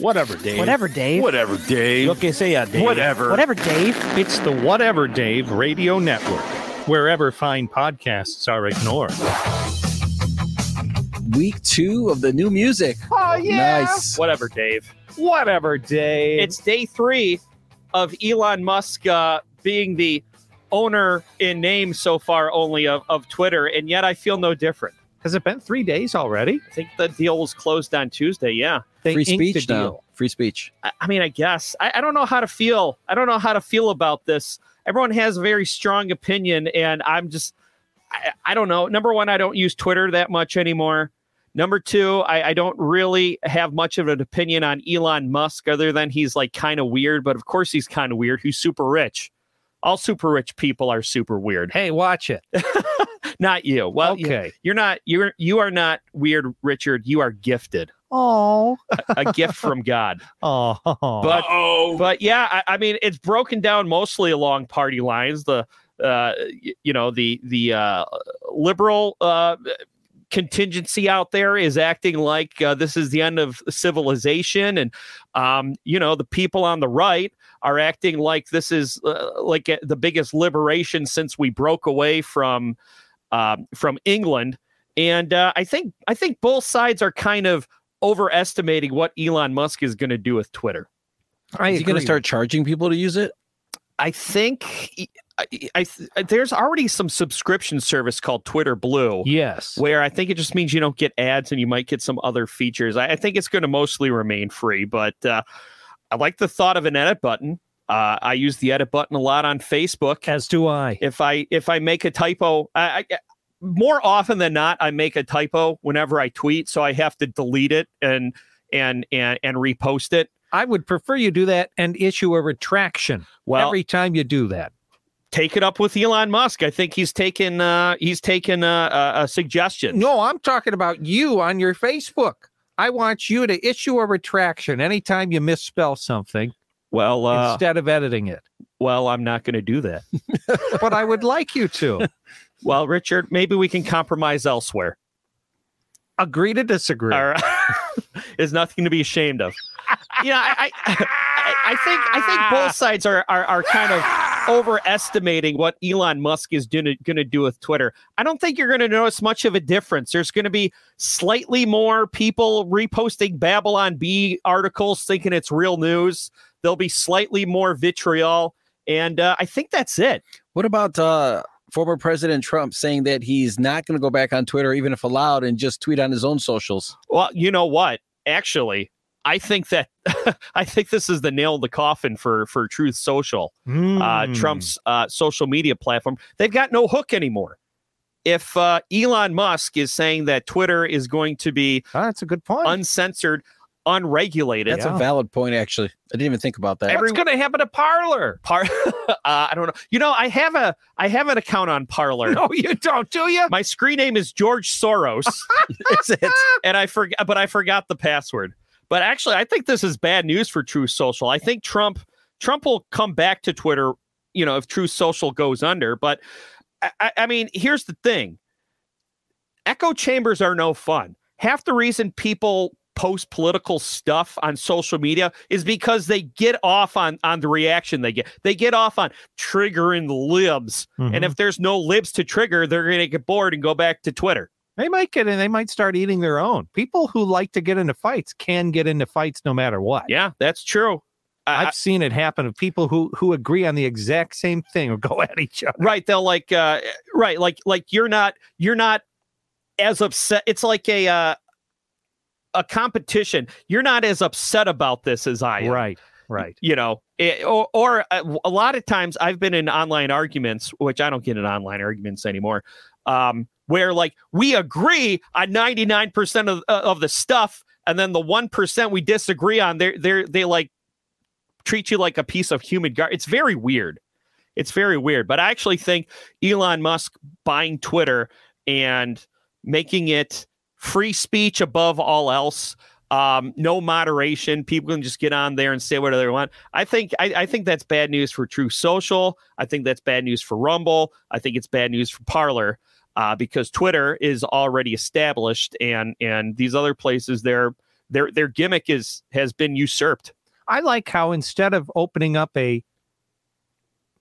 Whatever, Dave. Whatever, Dave. Whatever, Dave. Lo que sea, Dave. Whatever. Whatever, Dave. It's the Whatever Dave Radio Network, wherever fine podcasts are ignored. Week two of the new music. Oh, Nice. Whatever, Dave. Whatever Dave. It's day three of Elon Musk uh, being the owner in name so far only of, of Twitter, and yet I feel no different. Has it been three days already? I think the deal was closed on Tuesday. Yeah. They Free inked speech the now. deal. Free speech. I, I mean, I guess I, I don't know how to feel. I don't know how to feel about this. Everyone has a very strong opinion, and I'm just, I, I don't know. Number one, I don't use Twitter that much anymore. Number two, I, I don't really have much of an opinion on Elon Musk other than he's like kind of weird, but of course he's kind of weird. He's super rich. All super rich people are super weird. Hey, watch it. Not you. Well, you- okay. you're not. You're you are not weird, Richard. You are gifted. Oh. A gift from God. Oh. But oh. but yeah, I, I mean, it's broken down mostly along party lines. The uh, y- you know the the uh, liberal uh, contingency out there is acting like uh, this is the end of civilization, and um, you know the people on the right are acting like this is uh, like uh, the biggest liberation since we broke away from um, from England. And uh, I think I think both sides are kind of overestimating what Elon Musk is going to do with Twitter. I Is he going to agree. start charging people to use it? I think I, I, I- there's already some subscription service called Twitter Blue, Yes. where I think it just means you don't get ads and you might get some other features. I, I think it's going to mostly remain free, but uh, I like the thought of an edit button. Uh, I use the edit button a lot on Facebook. As do I. If I if I make a typo, I, I more often than not I make a typo whenever I tweet, so I have to delete it and and and and repost it. I would prefer you do that and issue a retraction Well, every time you do that. take it up with Elon Musk. I think he's taken uh, he's taken uh, a, a suggestion. No, I'm talking about you on your Facebook. I want you to issue a retraction anytime you misspell something Well, uh, instead of editing it. well, I'm not going to do that. But I would like you to well, Richard, maybe we can compromise elsewhere. agree to disagree. All right, there's nothing to be ashamed of. Yeah, I, I, I, I think I think both sides are are, are kind of overestimating what Elon Musk is going to do with Twitter. I don't think you're going to notice much of a difference. There's going to be slightly more people reposting Babylon B articles thinking it's real news. There'll be slightly more vitriol. And uh, I think that's it. What about uh, former President Trump saying that he's not going to go back on Twitter, even if allowed, and just tweet on his own socials? Well, you know what? Actually, I think that I think this is the nail in the coffin for for Truth Social. uh, Mm. Trump's uh, social media platform. They've got no hook anymore. If uh, Elon Musk is saying that Twitter is going to be Ah, that's a good point. uncensored, unregulated, That's Yeah. a valid point, actually. I didn't even think about that. every- What's going to happen to Parlor? Par- uh, I don't know. You know, I have a I have an account on Parlor. No, you don't, do you? My screen name is George Soros, That's it. and I forgot, but I forgot the password. But actually, I think this is bad news for True Social. I think Trump Trump will come back to Twitter, you know, if True Social goes under. But I- I, I mean, here's the thing: echo chambers are no fun. Half the reason people post political stuff on social media is because they get off on on the reaction they get. They get off on triggering the libs, Mm-hmm. and if there's no libs to trigger, they're going to get bored and go back to Twitter. They might get in. They might start eating their own. People who like to get into fights can get into fights no matter what. Yeah, that's true. I- I've seen it happen of people who who agree on the exact same thing or go at each other. right they'll like uh right like like you're not you're not as upset it's like a uh a competition you're not as upset about this as i am Right, right. you know it, or, or uh, a, a lot of times i've been in online arguments which i don't get in online arguments anymore um where like we agree on 99% of, uh, of the stuff and then the 1% we disagree on they're they're they like treat you like a piece of human garbage it's very weird it's very weird but i actually think elon musk buying twitter and making it free speech above all else um, no moderation. People can just get on there and say whatever they want. I think I, I think that's bad news for True Social. I think that's bad news for Rumble. I think it's bad news for Parler uh, because Twitter is already established, and and these other places they're their their gimmick is has been usurped. I like how instead of opening up a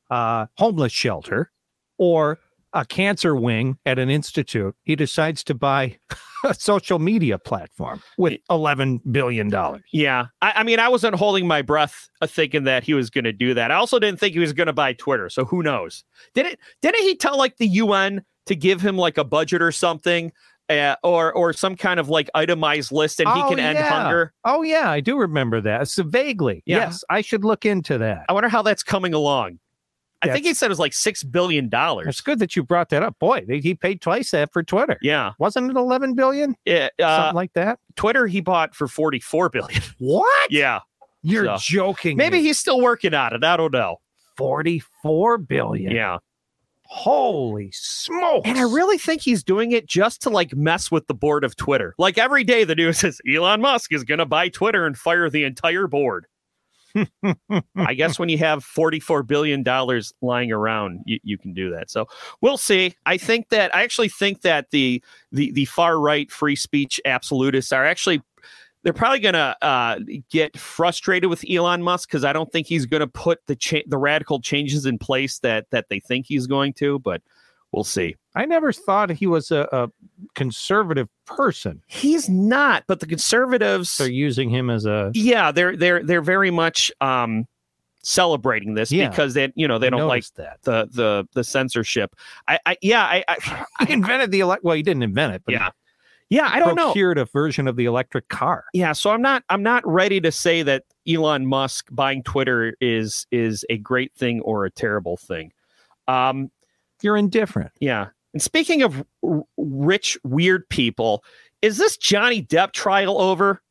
uh, homeless shelter or a cancer wing at an institute, he decides to buy a social media platform with eleven billion dollars. Yeah, I, I mean, I wasn't holding my breath, uh, thinking that he was going to do that. I also didn't think he was going to buy Twitter. So who knows? Did it? Didn't he tell like the UN to give him like a budget or something, uh, or or some kind of like itemized list, and he Oh, can end yeah. hunger? Oh yeah, I do remember that. So vaguely, Yeah. yes, I should look into that. I wonder how that's coming along. I think That's- he said it was like six billion It's dollars. good that you brought that up. Boy, they, he paid twice that for Twitter. Yeah, Wasn't it eleven billion? yeah. Uh, Something like that. Twitter he bought for forty four billion. What? yeah, You're so- joking. maybe he's still working on it. I don't know. forty-four billion. Yeah, Holy smokes! and I really think he's doing it just to like mess with the board of Twitter. Like every day, the news is Elon Musk is going to buy Twitter and fire the entire board. I guess when you have forty-four billion dollars lying around, you, you can do that. So we'll see. I think that I actually think that the the the far right free speech absolutists are actually they're probably going to uh, get frustrated with Elon Musk because I don't think he's going to put the cha- the radical changes in place that that they think he's going to. But we'll see. I never thought he was a, a conservative person. He's not, but the conservatives. They're using him as a yeah, they're they're they're very much um celebrating this Yeah. because they you know they don't like noticed that. the the the censorship. I, I yeah, I, I He invented the elect. Well, he didn't invent it, but Oh, yeah. Yeah, I don't know. procured a version of the electric car. Yeah, so I'm not I'm not ready to say that Elon Musk buying Twitter is is a great thing or a terrible thing. Um You're indifferent. yeah. And speaking of r- rich weird people, is this Johnny Depp trial over?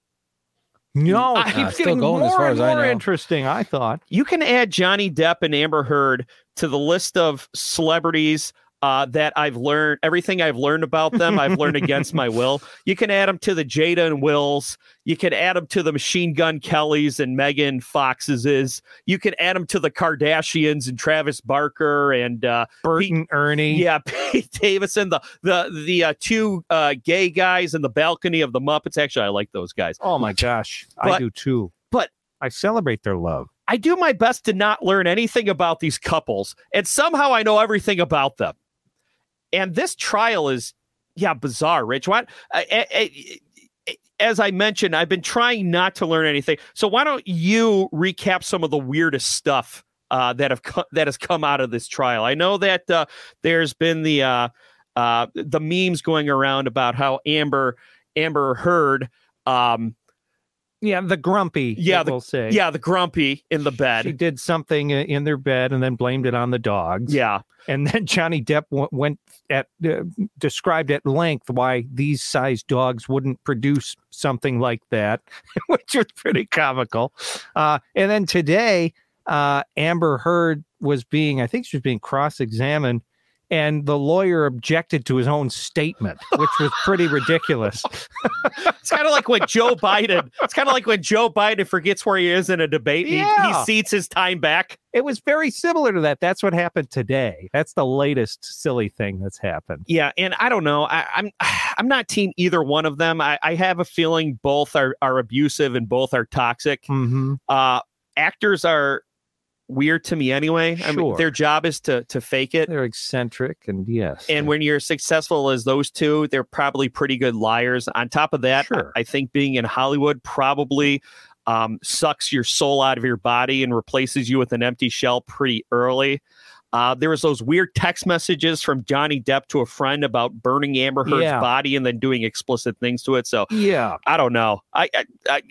No, it I- Uh, keeps still getting going as more far and as I more know. interesting. I thought. you can add Johnny Depp and Amber Heard to the list of celebrities uh, that I've learned everything I've learned about them. I've learned against my will. You can add them to the Jada and Wills. You can add them to the Machine Gun Kellys and Megan Foxes. You can add them to the Kardashians and Travis Barker and uh, Bert and Ernie. yeah, Pete Davidson, the the the uh, two uh, gay guys in the balcony of the Muppets. Actually, I like those guys. Oh my gosh, I But- do too. but- I celebrate their love. I do my best to not learn anything about these couples, and somehow I know everything about them. And this trial is, yeah, bizarre, Rich. Why? I- I- I- as I mentioned, I've been trying not to learn anything. So why don't you recap some of the weirdest stuff uh, that have co- that has come out of this trial? I know that uh, there's been the uh, uh, the memes going around about how Amber Amber Heard. Um, Yeah, the grumpy. Yeah, they'll say. yeah, the grumpy in the she bed. did something i- in their bed and then blamed it on the dogs. Yeah. And then Johnny Depp w- went at uh, described at length why these size dogs wouldn't produce something like that, which was pretty comical. Uh, and then today, uh, Amber Heard was being, I think she was being cross examined, and the lawyer objected to his own statement, which was pretty ridiculous. It's kind of like when Joe Biden. It's kind of like when Joe Biden forgets where he is in a debate. and He, Yeah. he seats his time back. It was very similar to that. That's what happened today. That's the latest silly thing that's happened. Yeah, and I don't know. I, I'm I'm not team either one of them. I, I have a feeling both are are abusive and both are toxic. Mm-hmm. Uh, actors are weird to me anyway. I mean, Sure. their job is to to fake it. They're eccentric and yes. And when you're successful as those two, they're probably pretty good liars. On top of that, Sure. I, I think being in Hollywood probably um, sucks your soul out of your body and replaces you with an empty shell pretty early. Uh, there was those weird text messages from Johnny Depp to a friend about burning Amber Heard's Yeah. body and then doing explicit things to it. So yeah. I don't know. I, I, I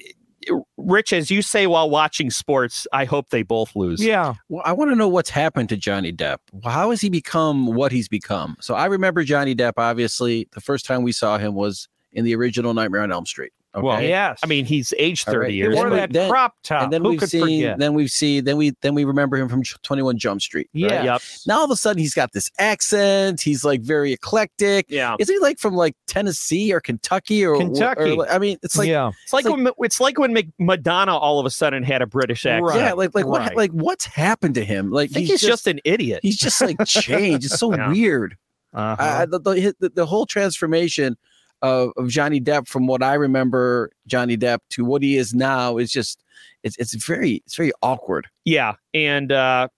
Rich, as you say while watching sports, I hope they both lose. Yeah. Well, I want to know what's happened to Johnny Depp. How has he become what he's become? So I remember Johnny Depp, obviously, the first time we saw him was in the original Nightmare on Elm Street. Okay. Well, Yes. I mean, he's aged All 30 right. he years. wore Then we- that then- crop top. and then Ah, Who we've could seen, forget? then we've seen, then we then we remember him from Twenty One Jump Street. right? yeah. Yep. Now all of a sudden he's got this accent. He's like very eclectic. Yeah. Is he like from like Tennessee or Kentucky or or- Kentucky. I mean, it's like yeah. It's like, It's when it's like when Mac- Madonna all of a sudden had a British accent. Right. yeah, like like right. what like what's happened to him? Like I think he's, just, an idiot. he's just like changed. It's so Yeah. weird. Uh-huh. I, I- the, the, the whole transformation of, of Johnny Depp from what I remember Johnny Depp to what he is now is just it's it's very it's very awkward. Yeah, and uh,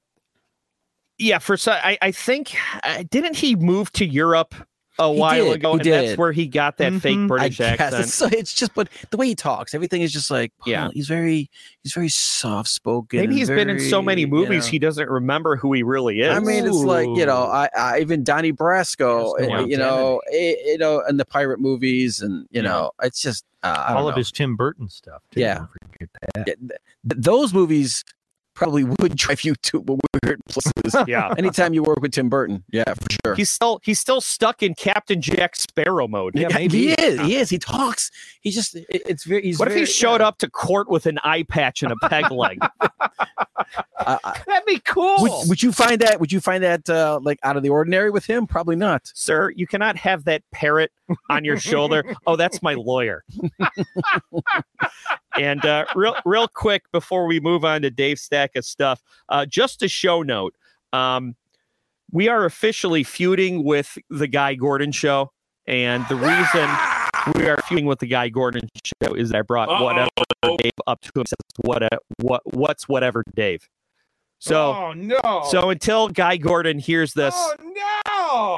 yeah, for so I, I think uh, didn't he move to Europe a He while did, ago, he and did. Mm-hmm. that's where he got that Mhm. I fake I British guess accent. it's, so, it's just but the way he talks, everything is just like Yeah. yeah. He's very he's very soft spoken. Maybe he's he's been in so many movies he doesn't remember who he really is. I mean, it's like you know, I, I even Donnie Brasco, There's no uh, you know, eh, you know, and the pirate movies, and Yeah. you know, it's just uh, I don't All of know. his Tim Burton stuff. Yeah. Don't forget that. Th- those movies probably would drive you to weird places. yeah, Anytime you work with Tim Burton, yeah, for sure. he's still he's still stuck in Captain Jack Sparrow mode. Yeah, maybe. he is. He is. He talks. He just. it- It's very. He's What if very, he showed up to court with an eye patch and a peg leg? I- I- That'd be cool. would, would you find that? Would you find that uh, like out of the ordinary with him? Probably not. Sir, you cannot have that parrot on your shoulder. Oh, that's my lawyer. and uh, real, real quick before we move on to Dave Stack of stuff, uh, just a show note. Um, we are officially feuding with the Guy Gordon show, and the reason we are feuding with the Guy Gordon show is I brought whatever Dave up to him says what uh, what what's whatever Dave. So oh no. so until Guy Gordon hears this Oh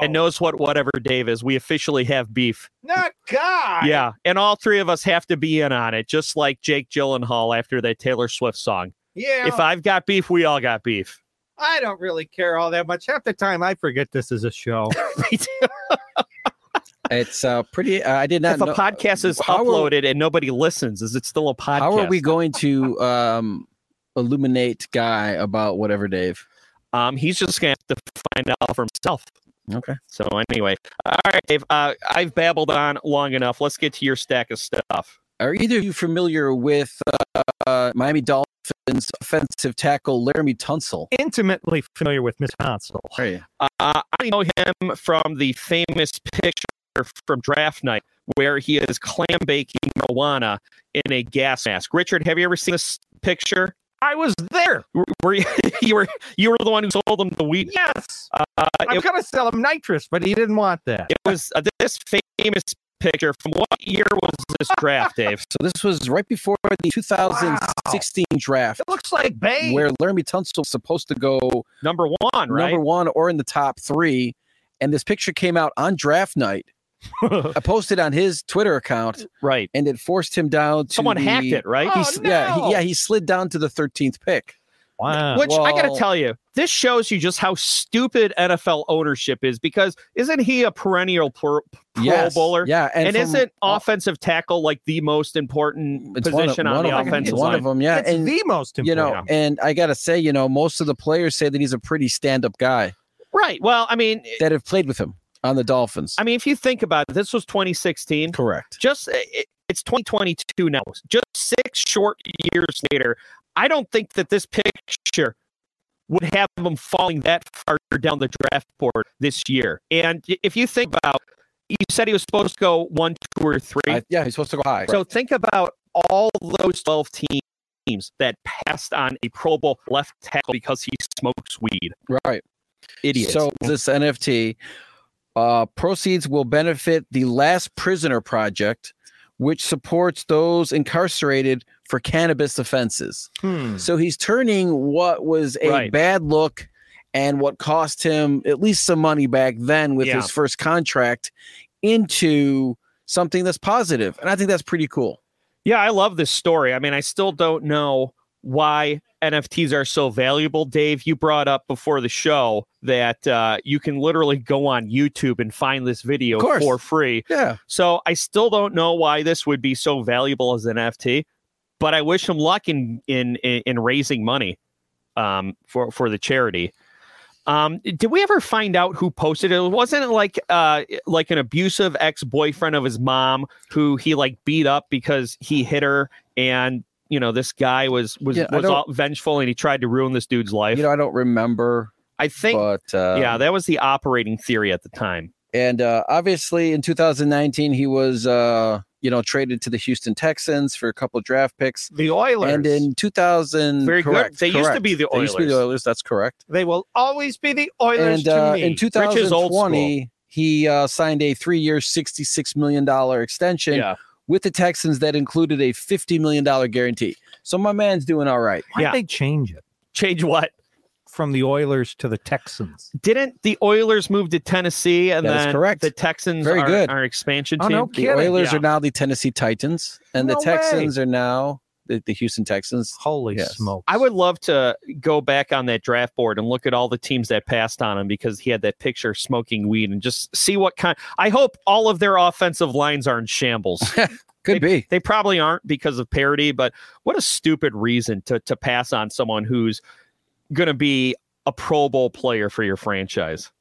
no. and knows what whatever Dave is. We officially have beef. Not God. Yeah, and all three of us have to be in on it, just like Jake Gyllenhaal after that Taylor Swift song. Yeah. If I've got beef, we all got beef. I don't really care all that much. Half the time, I forget this is a show. It's uh, pretty. Uh, I did not. if a know, podcast is how are- uploaded and nobody listens, is it still a podcast? How are we going to um, illuminate Guy about whatever, Dave? Um, he's just gonna have to find out for himself. Okay. So anyway, all right, Dave. Uh, I've babbled on long enough. Let's get to your stack of stuff. Are either of you familiar with uh, uh, Miami Dolphins offensive tackle Laramie Tunsil? Intimately familiar with Miss Hansel. Are you? Uh, I know him from the famous picture from draft night where he is clam baking marijuana in a gas mask. Richard, have you ever seen this picture? I was there. Were- Were you, you were you were the one who sold him the weed? Yes. Uh, I'm it, gonna sell him nitrous, but he didn't want that. it was uh, this famous picture from what year was this draft, Dave? So this was right before the 2016 draft, It looks like Bane. where Laramie Tunsil was supposed to go Number one, right? number one or in the top three, and this picture came out on draft night. I posted on his Twitter account, right. and it forced him down to Someone the- hacked it, right? He Oh, s- Yeah, he, no. yeah, he slid down to the 13th pick. wow. Which I got Well- to tell you, this shows you just how stupid NFL ownership is because isn't he a perennial pro, pro Yes, bowler? Yeah, And, from- isn't offensive tackle like the most important it's one of- position one on of the them, offensive One line? of them, yeah, That's and the most you important. know, and I gotta say, you know, most of the players say that he's a pretty stand-up guy Right. Well, I mean, that have played with him on the Dolphins. I mean, if you think about it, this was 2016. correct. Just it, it's 2022 now. Just six short years later, I don't think that this picture would have him falling that far down the draft board this year. And if you think about, you said he was supposed to go one, two, or three. I- yeah, he's supposed to go high. So think about all those 12 teams that passed on a Pro Bowl left tackle because he smokes weed. right. Idiots. So So this NFT uh, proceeds will benefit the Last Prisoner Project, which supports those incarcerated for cannabis offenses. Hmm. So he's turning what was a Right. bad look and what cost him at least some money back then with Yeah. his first contract into something that's positive, and I think that's pretty cool. yeah, I love this story. I mean, I still don't know why NFTs are so valuable. Dave, you brought up before the show that uh, you can literally go on YouTube and find this video Of course. for free. Yeah, So I still don't know why this would be so valuable as an FT, but I wish him luck in in in in raising money um, for for the charity. Um, did we ever find out who posted it? Wasn't it like uh, like an abusive ex boyfriend of his mom who he like beat up because he hit her and you know this guy was was Yeah, I was don't- all vengeful and he tried to ruin this dude's life. you know, I don't remember, I think but uh, yeah, that was the operating theory at the time. And uh, obviously, in 2019, he was, uh, you know, traded to the Houston Texans for a couple draft picks. The Oilers. And in 2000, Very good. correct, They used to correct. be the They used to be the Oilers. Oilers. That's correct. they will always be the Oilers and uh, to me. in old school. 2020, he uh, signed a three-year, sixty-six million dollar extension Yeah. with the Texans that included a fifty million dollar guarantee. So my man's doing all right. Why Yeah. would they change it Change what? from the Oilers to the Texans? Didn't the Oilers move to Tennessee and That is then correct. the Texans Very are good. our expansion Oh, team? no The Kidding. Oilers Yeah. are now the Tennessee Titans, and No the Texans are now the, the Houston Texans. Holy Yes. smokes! I would love to go back on that draft board and look at all the teams that passed on him because he had that picture smoking weed and just see what kind. I hope all of their offensive lines are in shambles. Could be. they probably aren't because of parity, but what a stupid reason to to pass on someone who's going to be a Pro Bowl player for your franchise.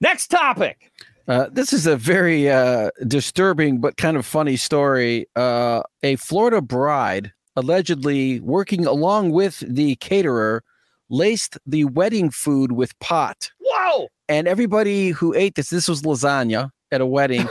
Next topic. Uh, this is a very uh, disturbing but kind of funny story. Uh, a Florida bride allegedly working along with the caterer laced the wedding food with pot. Whoa. And everybody who ate this, this was lasagna at a wedding,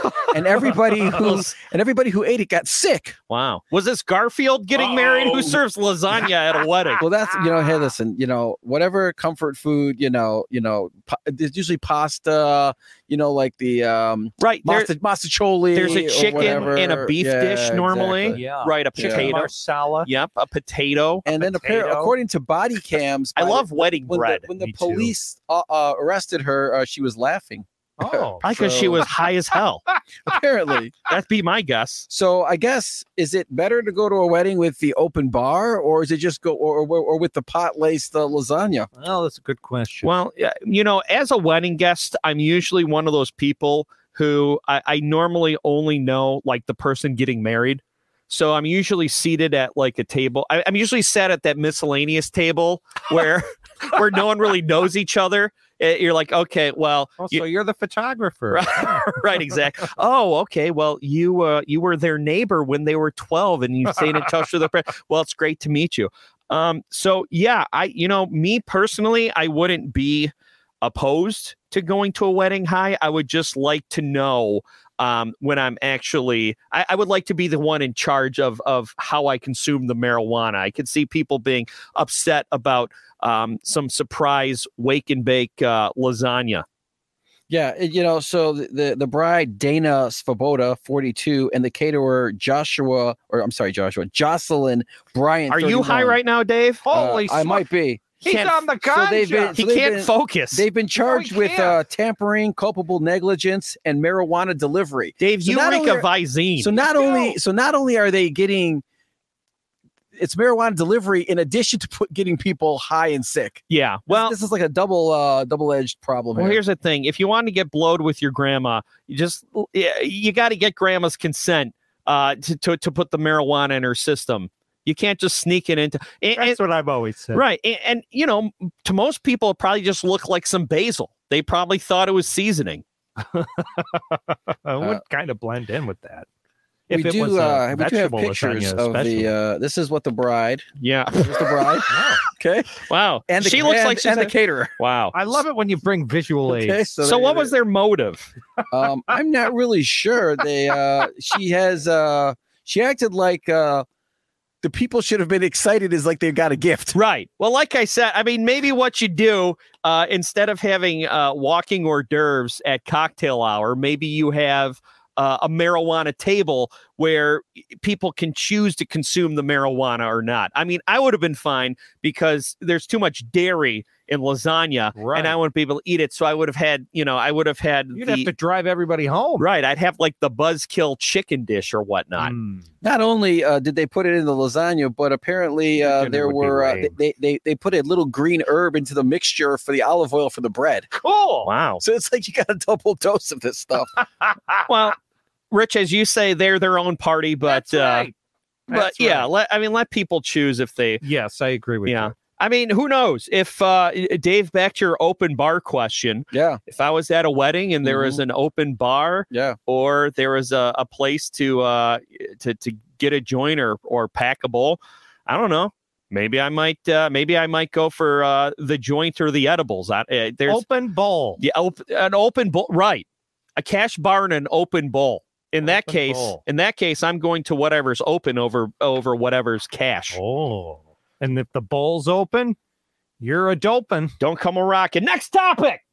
and everybody who and everybody who ate it got sick. Wow. Was this Garfield getting married? Who Oh. serves lasagna at a wedding? Well, that's you know, hey, listen, you know, whatever comfort food, you know, you know, pa- there's usually pasta, you know, like the um, Right. there- masta, mastacholi. there's a or chicken and a whatever. beef dish normally. exactly. yeah, right. A Chicken potato. marsala. Yep. A potato. and then apparently, potato. according to body cams, I by the- love wedding when bread. the, when the Me too. police uh, uh, arrested her. Uh, she was laughing, Oh, Probably because she so- was high as hell. apparently. That'd be my guess. so I guess is it better to go to a wedding with the open bar, or is it just go or or, or with the pot laced uh, lasagna? well, that's a good question. Well, yeah, you know, as a wedding guest, I'm usually one of those people who I, I normally only know like the person getting married. So I'm usually seated at like a table. I, I'm usually sat at that miscellaneous table where where no one really knows each other. Eh, You're like, okay, well, Oh, you- so you're the photographer. Yeah. right, exactly. Oh, okay. Well, you uh, you were their neighbor when they were 12, and you stayed in touch with their parents. Well, it's great to meet you. Um, so yeah, I you know me personally, I wouldn't be opposed to going to a wedding high. I would just like to know um, when I'm actually. I, I would like to be the one in charge of of how I consume the marijuana. I could see people being upset about um, some surprise wake and bake uh, lasagna. Yeah, it- you know, so the- the the bride Dana Svoboda, 42, and the caterer Joshua, or I'm sorry, Joshua, Jocelyn Bryant. Are you high 31. right now, Dave? Uh, Holy, I smoke- might be. He's can't- on the so ganja. they've been- he So they've can't been- focus. They've been charged with can't. uh, tampering, culpable negligence, and marijuana delivery. Dave, so you not rake only a are- Visine. So not No. only so not only are they getting it's marijuana delivery in addition to put, getting people high and sick. yeah. This- Well, this, is like a double uh, double edged problem. well, here. here's the thing. If you want to get blowed with your grandma, you just yeah, you got to get grandma's consent uh, to, to to put the marijuana in her system. You can't just sneak it into. and- and- That's what I've always said. right. And, and you know, to most people, it probably just looked like some basil. They probably thought it was seasoning. I would kind of blend in with that. we do a uh, we do have vegetable lasagna pictures of especially. the uh, this is what the bride Yeah. this is the bride Wow. okay Wow. and the, she looks and- like she's and the a- caterer. wow. I love it when you bring visual aids. Okay, so what was their motive? um, I'm not really sure. They uh, she has uh, she acted like uh, the people should have been excited is like they got a gift. Right. Well, like I said, I mean, maybe what you do uh, instead of having uh, walking hors d'oeuvres at cocktail hour, maybe you have uh, a marijuana table where people can choose to consume the marijuana or not. I mean, I would have been fine because there's too much dairy in lasagna, Right. and I wouldn't be able to eat it. So I would have had, you know, I would have had You'd the have to drive everybody home. right. I'd have like the buzzkill chicken dish or whatnot. Mm. Not only uh, did they put it in the lasagna, but apparently uh, Dinner there would be were uh, lame. they, they they put a little green herb into the mixture for the olive oil for the bread. Oh. Cool. Wow. So it's like you got a double dose of this stuff. Well, Rich, as you say, they're their own party, but That's uh, right. but That's yeah, right. let, I mean, let people choose if they. Yes, I agree with Yeah. you. I mean, who knows if uh, Dave? Back to your open bar question. yeah, If I was at a wedding and there was Mm-hmm. an open bar, yeah. or there was a, a place to uh, to to get a joint or or pack a bowl, I don't know. Maybe I might uh, maybe I might go for uh, the joint or the edibles. I, uh, there's Open bowl. yeah, op- an open bowl, right? A cash bar and an open bowl. In that Open case, bowl. in that case, I'm going to whatever's open over over whatever's cash. Oh. And if the bowl's open, you're a dopin. Don't come a rockin'. Next topic.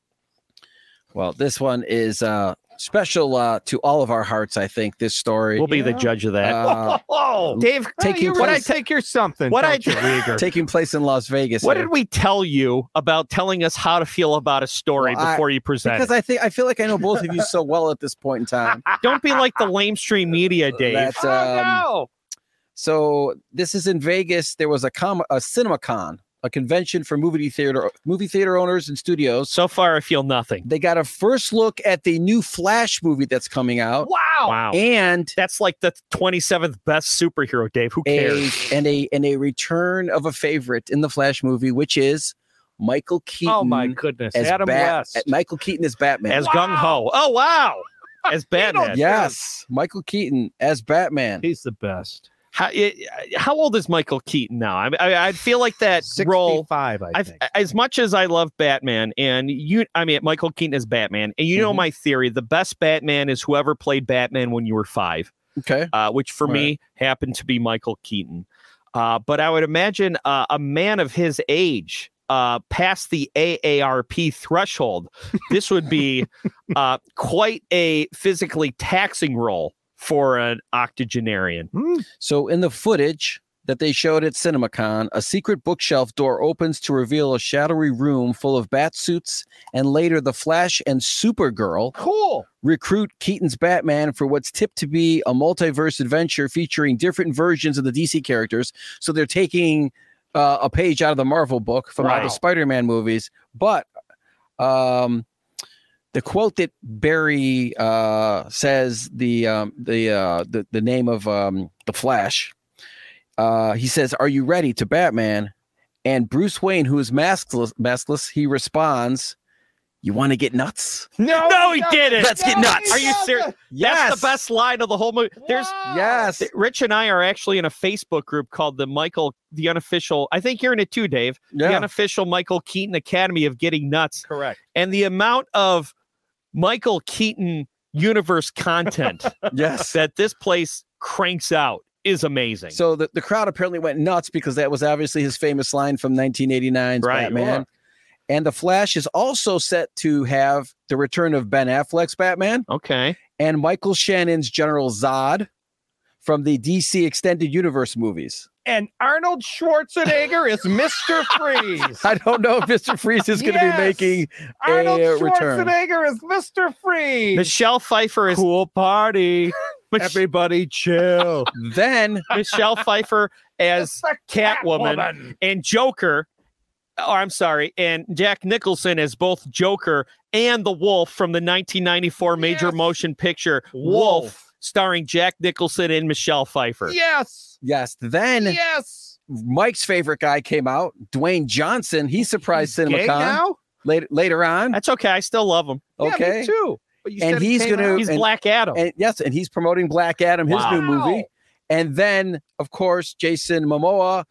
Well, this one is uh, special uh, to all of our hearts. I think this story We'll be the Yeah. judge of that. uh, oh, Dave, Take take your your what I place. take your something. What What I- I Uyghur. taking place in Las Vegas. what here. did we tell you about telling us how to feel about a story Well, I- before you present Because it? I think I feel like I know both of you so well at this point in time. Don't be like the lamestream media, Dave. That's, um, oh, So this is in Vegas. There was a com a CinemaCon, a convention for movie theater movie theater owners and no. studios. So far, I feel nothing. They got a first look at the new Flash movie that's coming out, Wow. and That's like the 27th best superhero, Dave. Who a cares? and a and a return of a favorite in the Flash movie, which is Michael Keaton. Oh my goodness, as Adam Bat- West. Michael Keaton as Batman. As gung ho. Oh, wow. As Batman. yes, Michael Keaton as Batman. He's the best. How, it- how old is Michael Keaton now? I, mean, I, I feel like that role. Sixty-five, I I've, think. as much as I love Batman, and you, I mean, Michael Keaton is Batman, and you know Mhm. Mm-hmm. my theory: the best Batman is whoever played Batman when you were five, Okay. uh, which for me happened to be Michael Keaton. Uh, but I would imagine uh, a man of his age, uh, past the AARP threshold, this would be uh, quite a physically taxing role for an octogenarian. Hmm. So in the footage that they showed at CinemaCon, a secret bookshelf door opens to reveal a shadowy room full of bat suits, and later the Flash and Supergirl Cool. recruit Keaton's Batman for what's tipped to be a multiverse adventure featuring different versions of the DC characters. So they're taking uh, a page out of the Marvel book from all Wow. the Spider-Man movies, but um, the quote that Barry uh, says the um, the, uh, the the name of um, the Flash. Uh, he says, "Are you ready to Batman?" And Bruce Wayne, who is maskless, maskless, he responds, "You want to get nuts?" No, No, he didn't. Let's get nuts. Are you serious? That's the best line of the whole movie. There's Yes. Th- Rich and I are actually in a Facebook group called the Michael, the unofficial. I think you're in it too, Dave. The Yeah. unofficial Michael Keaton Academy of Getting Nuts, correct. and the amount of Michael Keaton universe content yes. that this place cranks out is amazing. So the, the crowd apparently went nuts because that was obviously his famous line from 1989's Right. Batman. And The Flash is also set to have the return of Ben Affleck's Batman okay, and Michael Shannon's General Zod from the DC Extended Universe movies. And Arnold Schwarzenegger is Mr. Freeze. I don't know if Mr. Freeze is going to Yes. be making. Arnold A return. Schwarzenegger is Mr. Freeze. Michelle Pfeiffer is cool party. Mich- Everybody chill. Then Michelle Pfeiffer as It's the Catwoman. and Joker. Oh, I'm sorry. And Jack Nicholson as both Joker and the Wolf from the 1994 major Yes. motion picture Wolf, Wolf. starring Jack Nicholson and Michelle Pfeiffer. Yes. yes, then Yes. Mike's favorite guy came out, Dwayne Johnson. He surprised Gay CinemaCon now? later later on. That's okay. I still love him. Okay. Yeah, me too. But you And said it he's came gonna- out- He's and- Black Adam. and yes, and he's promoting Black Adam, his new movie. Wow. And then, of course, Jason Momoa,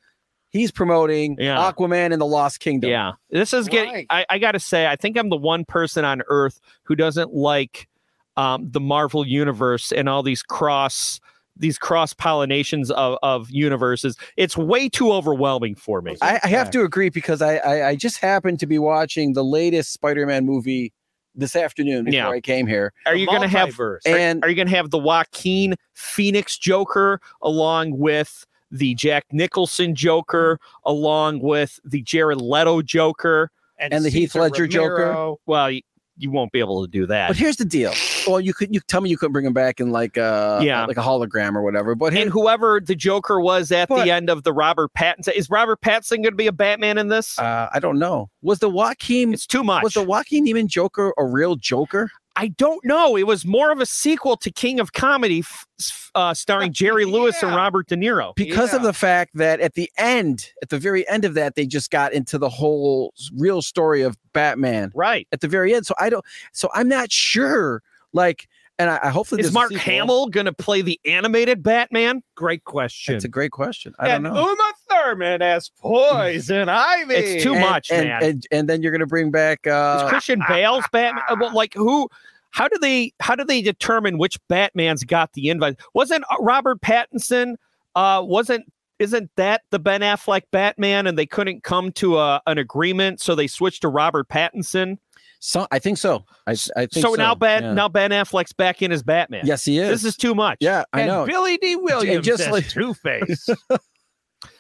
he's promoting Yeah. Aquaman and uh, the Lost Kingdom. yeah. This is getting, Right. I, I got to say, I think I'm the one person on earth who doesn't like um, the Marvel universe and all these cross. These cross pollinations of, of universes. It's way too overwhelming for me. I, I have to agree because I, I, I just happened to be watching the latest Spider-Man movie this afternoon before Yeah. I came here. Are you going to have Multiverse. Are- And are you going to have the Joaquin Phoenix Joker along with the Jack Nicholson Joker along with the Jared Leto Joker? and the Heath Cesar Ledger Joker. Romero. Well, you, you won't be able to do that. but here's the deal. Well, you could you tell me you couldn't bring him back in like uh Yeah. like a hologram or whatever. But here, And whoever the Joker was at But- the end of the Robert Pattinson is Robert Pattinson going to be a Batman in this? uh, I don't know. Was the Joaquin it's too much. was the Joaquin Neiman Joker a real Joker? I don't know. It was more of a sequel to King of Comedy, f- f- uh, starring Jerry Lewis and Yeah. Robert De Niro. because of Yeah. the fact that at the end, at the very end of that, they just got into the whole s- real story of Batman Right? at the very end. So I don't, so I'm not sure. Like, and I, I hopefully Is there's a Mark sequel. Hamill going to play the animated Batman? Great question. That's a great question. I don't and know. Uma Thurman as Poison Ivy. It's too And- much, and, man. And, and then you're gonna bring back. Is uh Christian Bale's Batman? uh, well, Like who? How do they? How do they determine which Batman's got the invite? Wasn't uh, Robert Pattinson? Uh, wasn't isn't that the Ben Affleck Batman? And they couldn't come to a, an agreement, so they switched to Robert Pattinson. So I think so. I, I think so. so now Ben yeah. now Ben Affleck's back in as Batman. Yes, he is. this is too much. yeah, I and know. Billy D. Williams just as like- Two Face.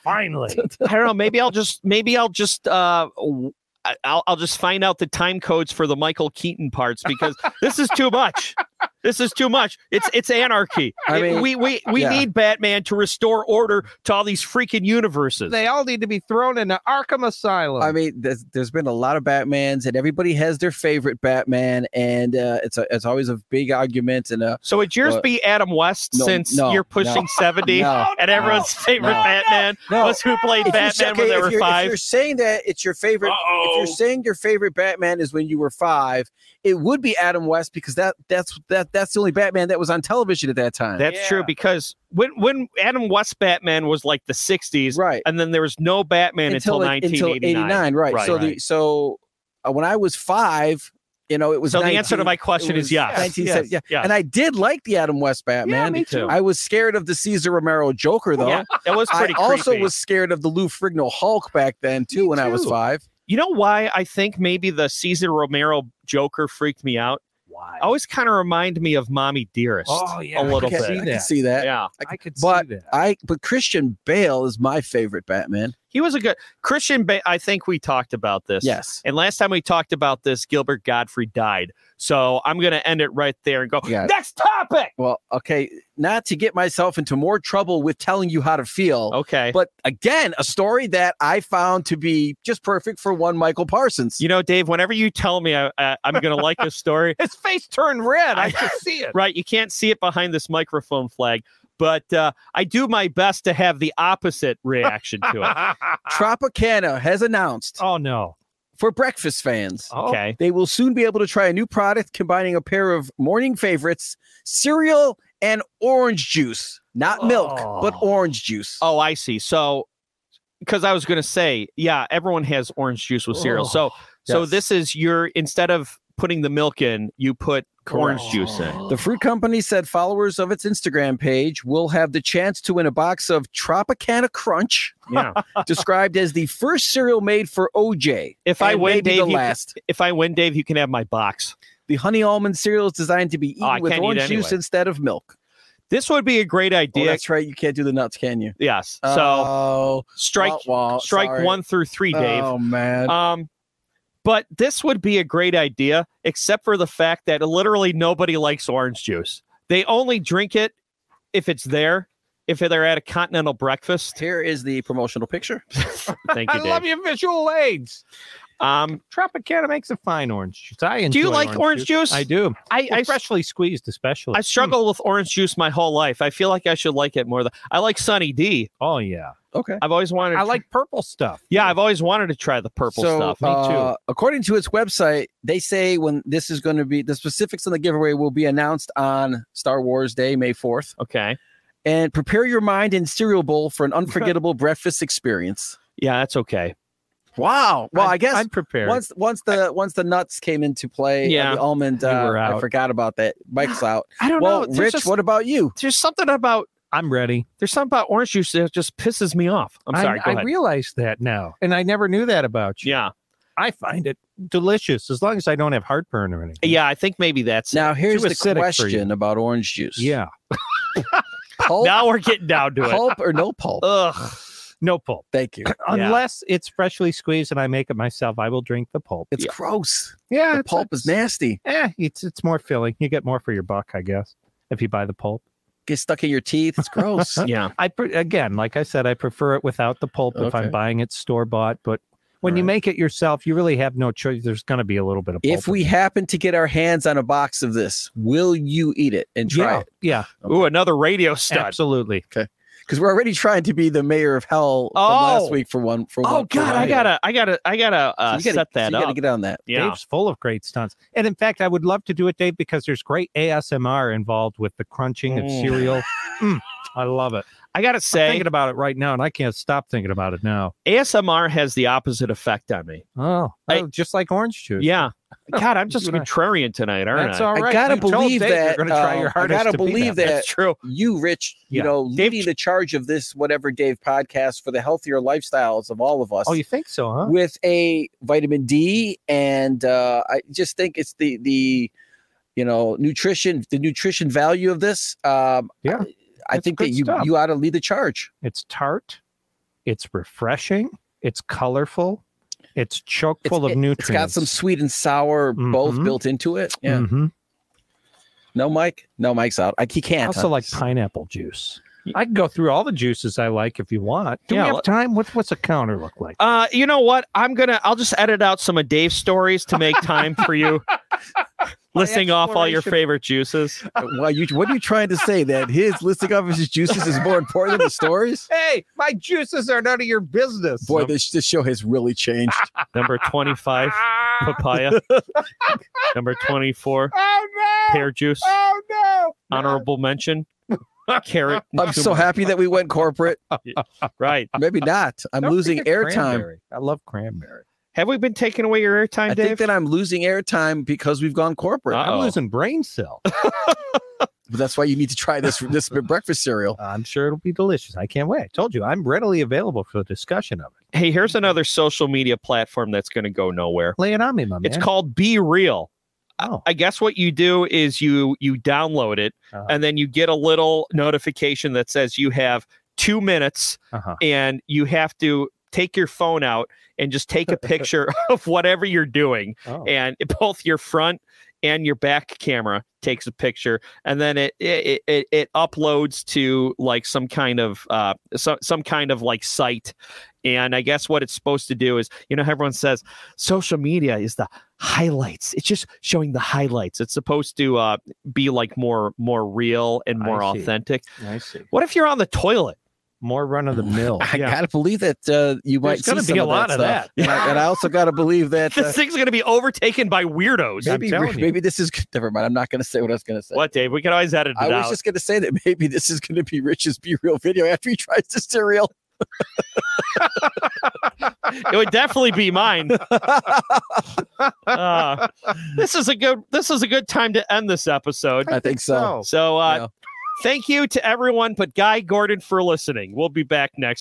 Finally, I don't know. Maybe I'll just maybe I'll just uh w- I- I'll I'll just find out the time codes for the Michael Keaton parts because this is too much. This is too much. It's it's anarchy. I It- mean, we we we yeah. need Batman to restore order to all these freaking universes. they all need to be thrown into Arkham Asylum. I mean, there's, there's been a lot of Batmans, and everybody has their favorite Batman, and uh, it's a, it's always a big argument. And uh, so would yours Well, be Adam West no, since no, you're pushing seventy uh, no, and everyone's favorite no. Batman no, was who played If you're- Batman okay, when they if were you're- If five. you're saying that it's your favorite, if you're saying your favorite Batman is when you were five, it would be Adam West because that that's that that's the only Batman that was on television at that time. That's Yeah. true because when when Adam West Batman was like the '60s, right. and then there was no Batman until, it- 1989. 89, right? Right, so the right. so uh, when I was five, you know, it was So the answer to 19 my question it is was yes. 1970 Yes, yeah, yes. and I did like the Adam West Batman. me too. I was scared of the Caesar Romero Joker though. Yeah, that was I pretty also creepy. was scared of the Lou Frigno Hulk back then too Me when I was too. five. You know why I think maybe the Caesar Romero Joker freaked me out? Why? Always kind of remind me of Mommy Dearest Oh, yeah, a little okay. I bit. can that. see that. Yeah, I could But- see that. I but Christian Bale is my favorite Batman. he was a good Christian. Ba- I think we talked about this. Yes. And last time we talked about this, Gilbert Godfrey died. So I'm going to end it right there and go Yeah. next topic. Well, okay, not to get myself into more trouble with telling you how to feel. Okay. But again, a story that I found to be just perfect for one Michael Parsons. you know, Dave, whenever you tell me I, I, I'm going to like this story, His face turned red. I I- could see it. right? You can't see it behind this microphone flag, but uh, I do my best to have the opposite reaction to it. Tropicana has announced oh no. for breakfast fans. Oh, Okay. They will soon be able to try a new product combining a pair of morning favorites, cereal and orange juice. Not milk, but Oh. orange juice. Oh, I see. So, because I was going to say, yeah, everyone has orange juice with cereal. So, so Oh, Yes. this is your instead of putting the milk in, you put orange juice in. The fruit company said followers of its Instagram page will have the chance to win a box of Tropicana Crunch, Yeah. described as the first cereal made for OJ. If I and win, maybe Dave, the you can- last. if I win, Dave, you can have my box. The honey almond cereal is designed to be eaten Oh, I with can't eat orange juice anyway. instead of milk. This would be a great Oh, idea. that's right. You can't do the nuts, can you? yes. So oh, strike wah, wah, strike sorry. one through three, Dave. Oh man. Um, but this would be a great idea, except for the fact that literally nobody likes orange juice. They only drink it if it's there, if they're at a continental breakfast. Here is the promotional picture. Thank I you, love Dave. your visual aids. Um, Tropicana makes a fine orange juice. I enjoy do you like orange juice? I do. I, I, I, freshly squeezed, especially. I struggle with orange juice my whole life. I feel like I should like it more. Than, I like Sunny D. Oh yeah. Okay. I've always wanted. To I like purple stuff. Yeah, I've always wanted to try the purple so, stuff. Me too. uh, according to its website, they say when this is going to be the specifics on the giveaway will be announced on Star Wars Day, May 4th. Okay. And prepare your mind and cereal bowl for an unforgettable breakfast experience. Yeah, that's okay. Wow. Well, I'm- i guess I'm prepared. once once the once the nuts came into play, and Yeah. the almond. We Uh, were I out. forgot about that. Mike's out. I don't Well, know. There's Rich, just- what about you? there's something about I'm ready. there's something about orange juice that just pisses me off. I'm sorry. I, go I ahead. realize that now, and I never knew that about you. yeah. I find it delicious as long as I don't have heartburn or anything. Yeah, I think maybe that's it. Now here's too the acidic for question about orange juice. Yeah. pulp, Now we're getting down to it. pulp or no pulp? Ugh. No pulp. Thank you. Unless it's freshly squeezed and I make it myself, I will drink the pulp. It's Yeah. gross. Yeah, The it's- pulp is nasty. Eh, it's it's more filling. You get more for your buck, I guess, if you buy the pulp. Gets stuck in your teeth. It's gross. Yeah. I pre- again, like I said, I prefer it without the pulp if Okay. I'm buying it store bought. But when you Alright. make it yourself, you really have no choice. There's going to be a little bit of pulp. if in we it. happen to get our hands on a box of this, will you eat it and try yeah, it? yeah, Ooh, another radio stud. absolutely. Because we're already trying to be the mayor of hell from last Oh. week for one. For Oh one- for God, one I item. gotta, I gotta, I gotta So uh, you set gotta- so that you gotta up. get on that. yeah. Dave's full of great stunts. And in fact, I would love to do it, Dave, because there's great ASMR involved with the crunching of Mm. cereal. Mm, I love it. I gotta I'm say, thinking about it right now, and I can't stop thinking about it now. ASMR has the opposite effect on me. Oh, I- oh, just like orange juice. Yeah, God, I'm just a You're not- contrarian tonight, aren't That's I? all I right. gotta You told believe Dave that, You're going to try uh, your I hardest. gotta to beat believe him. that- That's true. you, Rich, you Yeah. know, Dave- leading the charge of this whatever Dave podcast for the healthier lifestyles of all of us Oh, you think so, huh? with a vitamin D, and uh, I just think it's the the you know nutrition the nutrition value of this. Um, Yeah. I, I That's think that good you stuff. you ought to lead the charge. It's tart. It's refreshing. It's colorful. It's chock full of It's- it- nutrients. It's got some sweet and sour both Mhm. built into it. Yeah. Mhm. No, Mike. No, Mike's out. I, he I can't. also huh? like pineapple juice. I can go through all the juices I like if you want. Do Yeah, we have let- time? What, what's a counter look like? Uh, you know what? I'm gonna. I'll just edit out some of Dave's stories to make time for you. listing off all your exploration. favorite juices. Why you? What are you trying to say? That his listing of his juices is more important than the stories? Hey, my juices are none of your business. Boy, this this show has really changed. Number 25, Ah, papaya. Number 24, oh no! pear juice. Oh no! Honorable mention, carrot. I'm so happy that we went corporate. Right. Maybe not. I'm Don't losing forget airtime. cranberry. I love cranberry. Have we been taking away your airtime, I think Dave? that I'm losing airtime because we've gone corporate. Uh, I'm Uh-oh. losing brain cells. But that's why you need to try this this breakfast cereal. I'm sure it'll be delicious. I can't wait. I told you, I'm readily available for the discussion of it. hey, here's another social media platform that's going to go nowhere. Lay it on me, my man. It's called Be Real. Oh, I guess what you do is you you download it Uh-huh. and then you get a little notification that says you have 2 minutes uh-huh. and you have to take your phone out and just take a picture of whatever you're doing Oh. and it- both your front and your back camera takes a picture and then it it, it, it uploads to like some kind of uh some, some kind of like site and i guess what it's supposed to do is you know everyone says social media is the highlights it's just showing the highlights it's supposed to uh be like more more real and I more see. authentic I see. what if you're on the toilet More run of the mill. I Yeah. gotta believe that uh, you might There's see gonna some be a of lot that of stuff. And, I, and I also gotta believe that uh, this thing's going to be overtaken by weirdos I'm maybe telling you. maybe this is never mind. I'm not gonna say what I was gonna say. what dave we can always edit it I out was just gonna say that maybe this is gonna be Rich's be real video after he tries the cereal. it would definitely be mine. Uh, this is a good this is a good time to end this episode. I think so. Oh, So uh, Yeah. thank you to everyone, but Guy Gordon for listening. We'll be back next.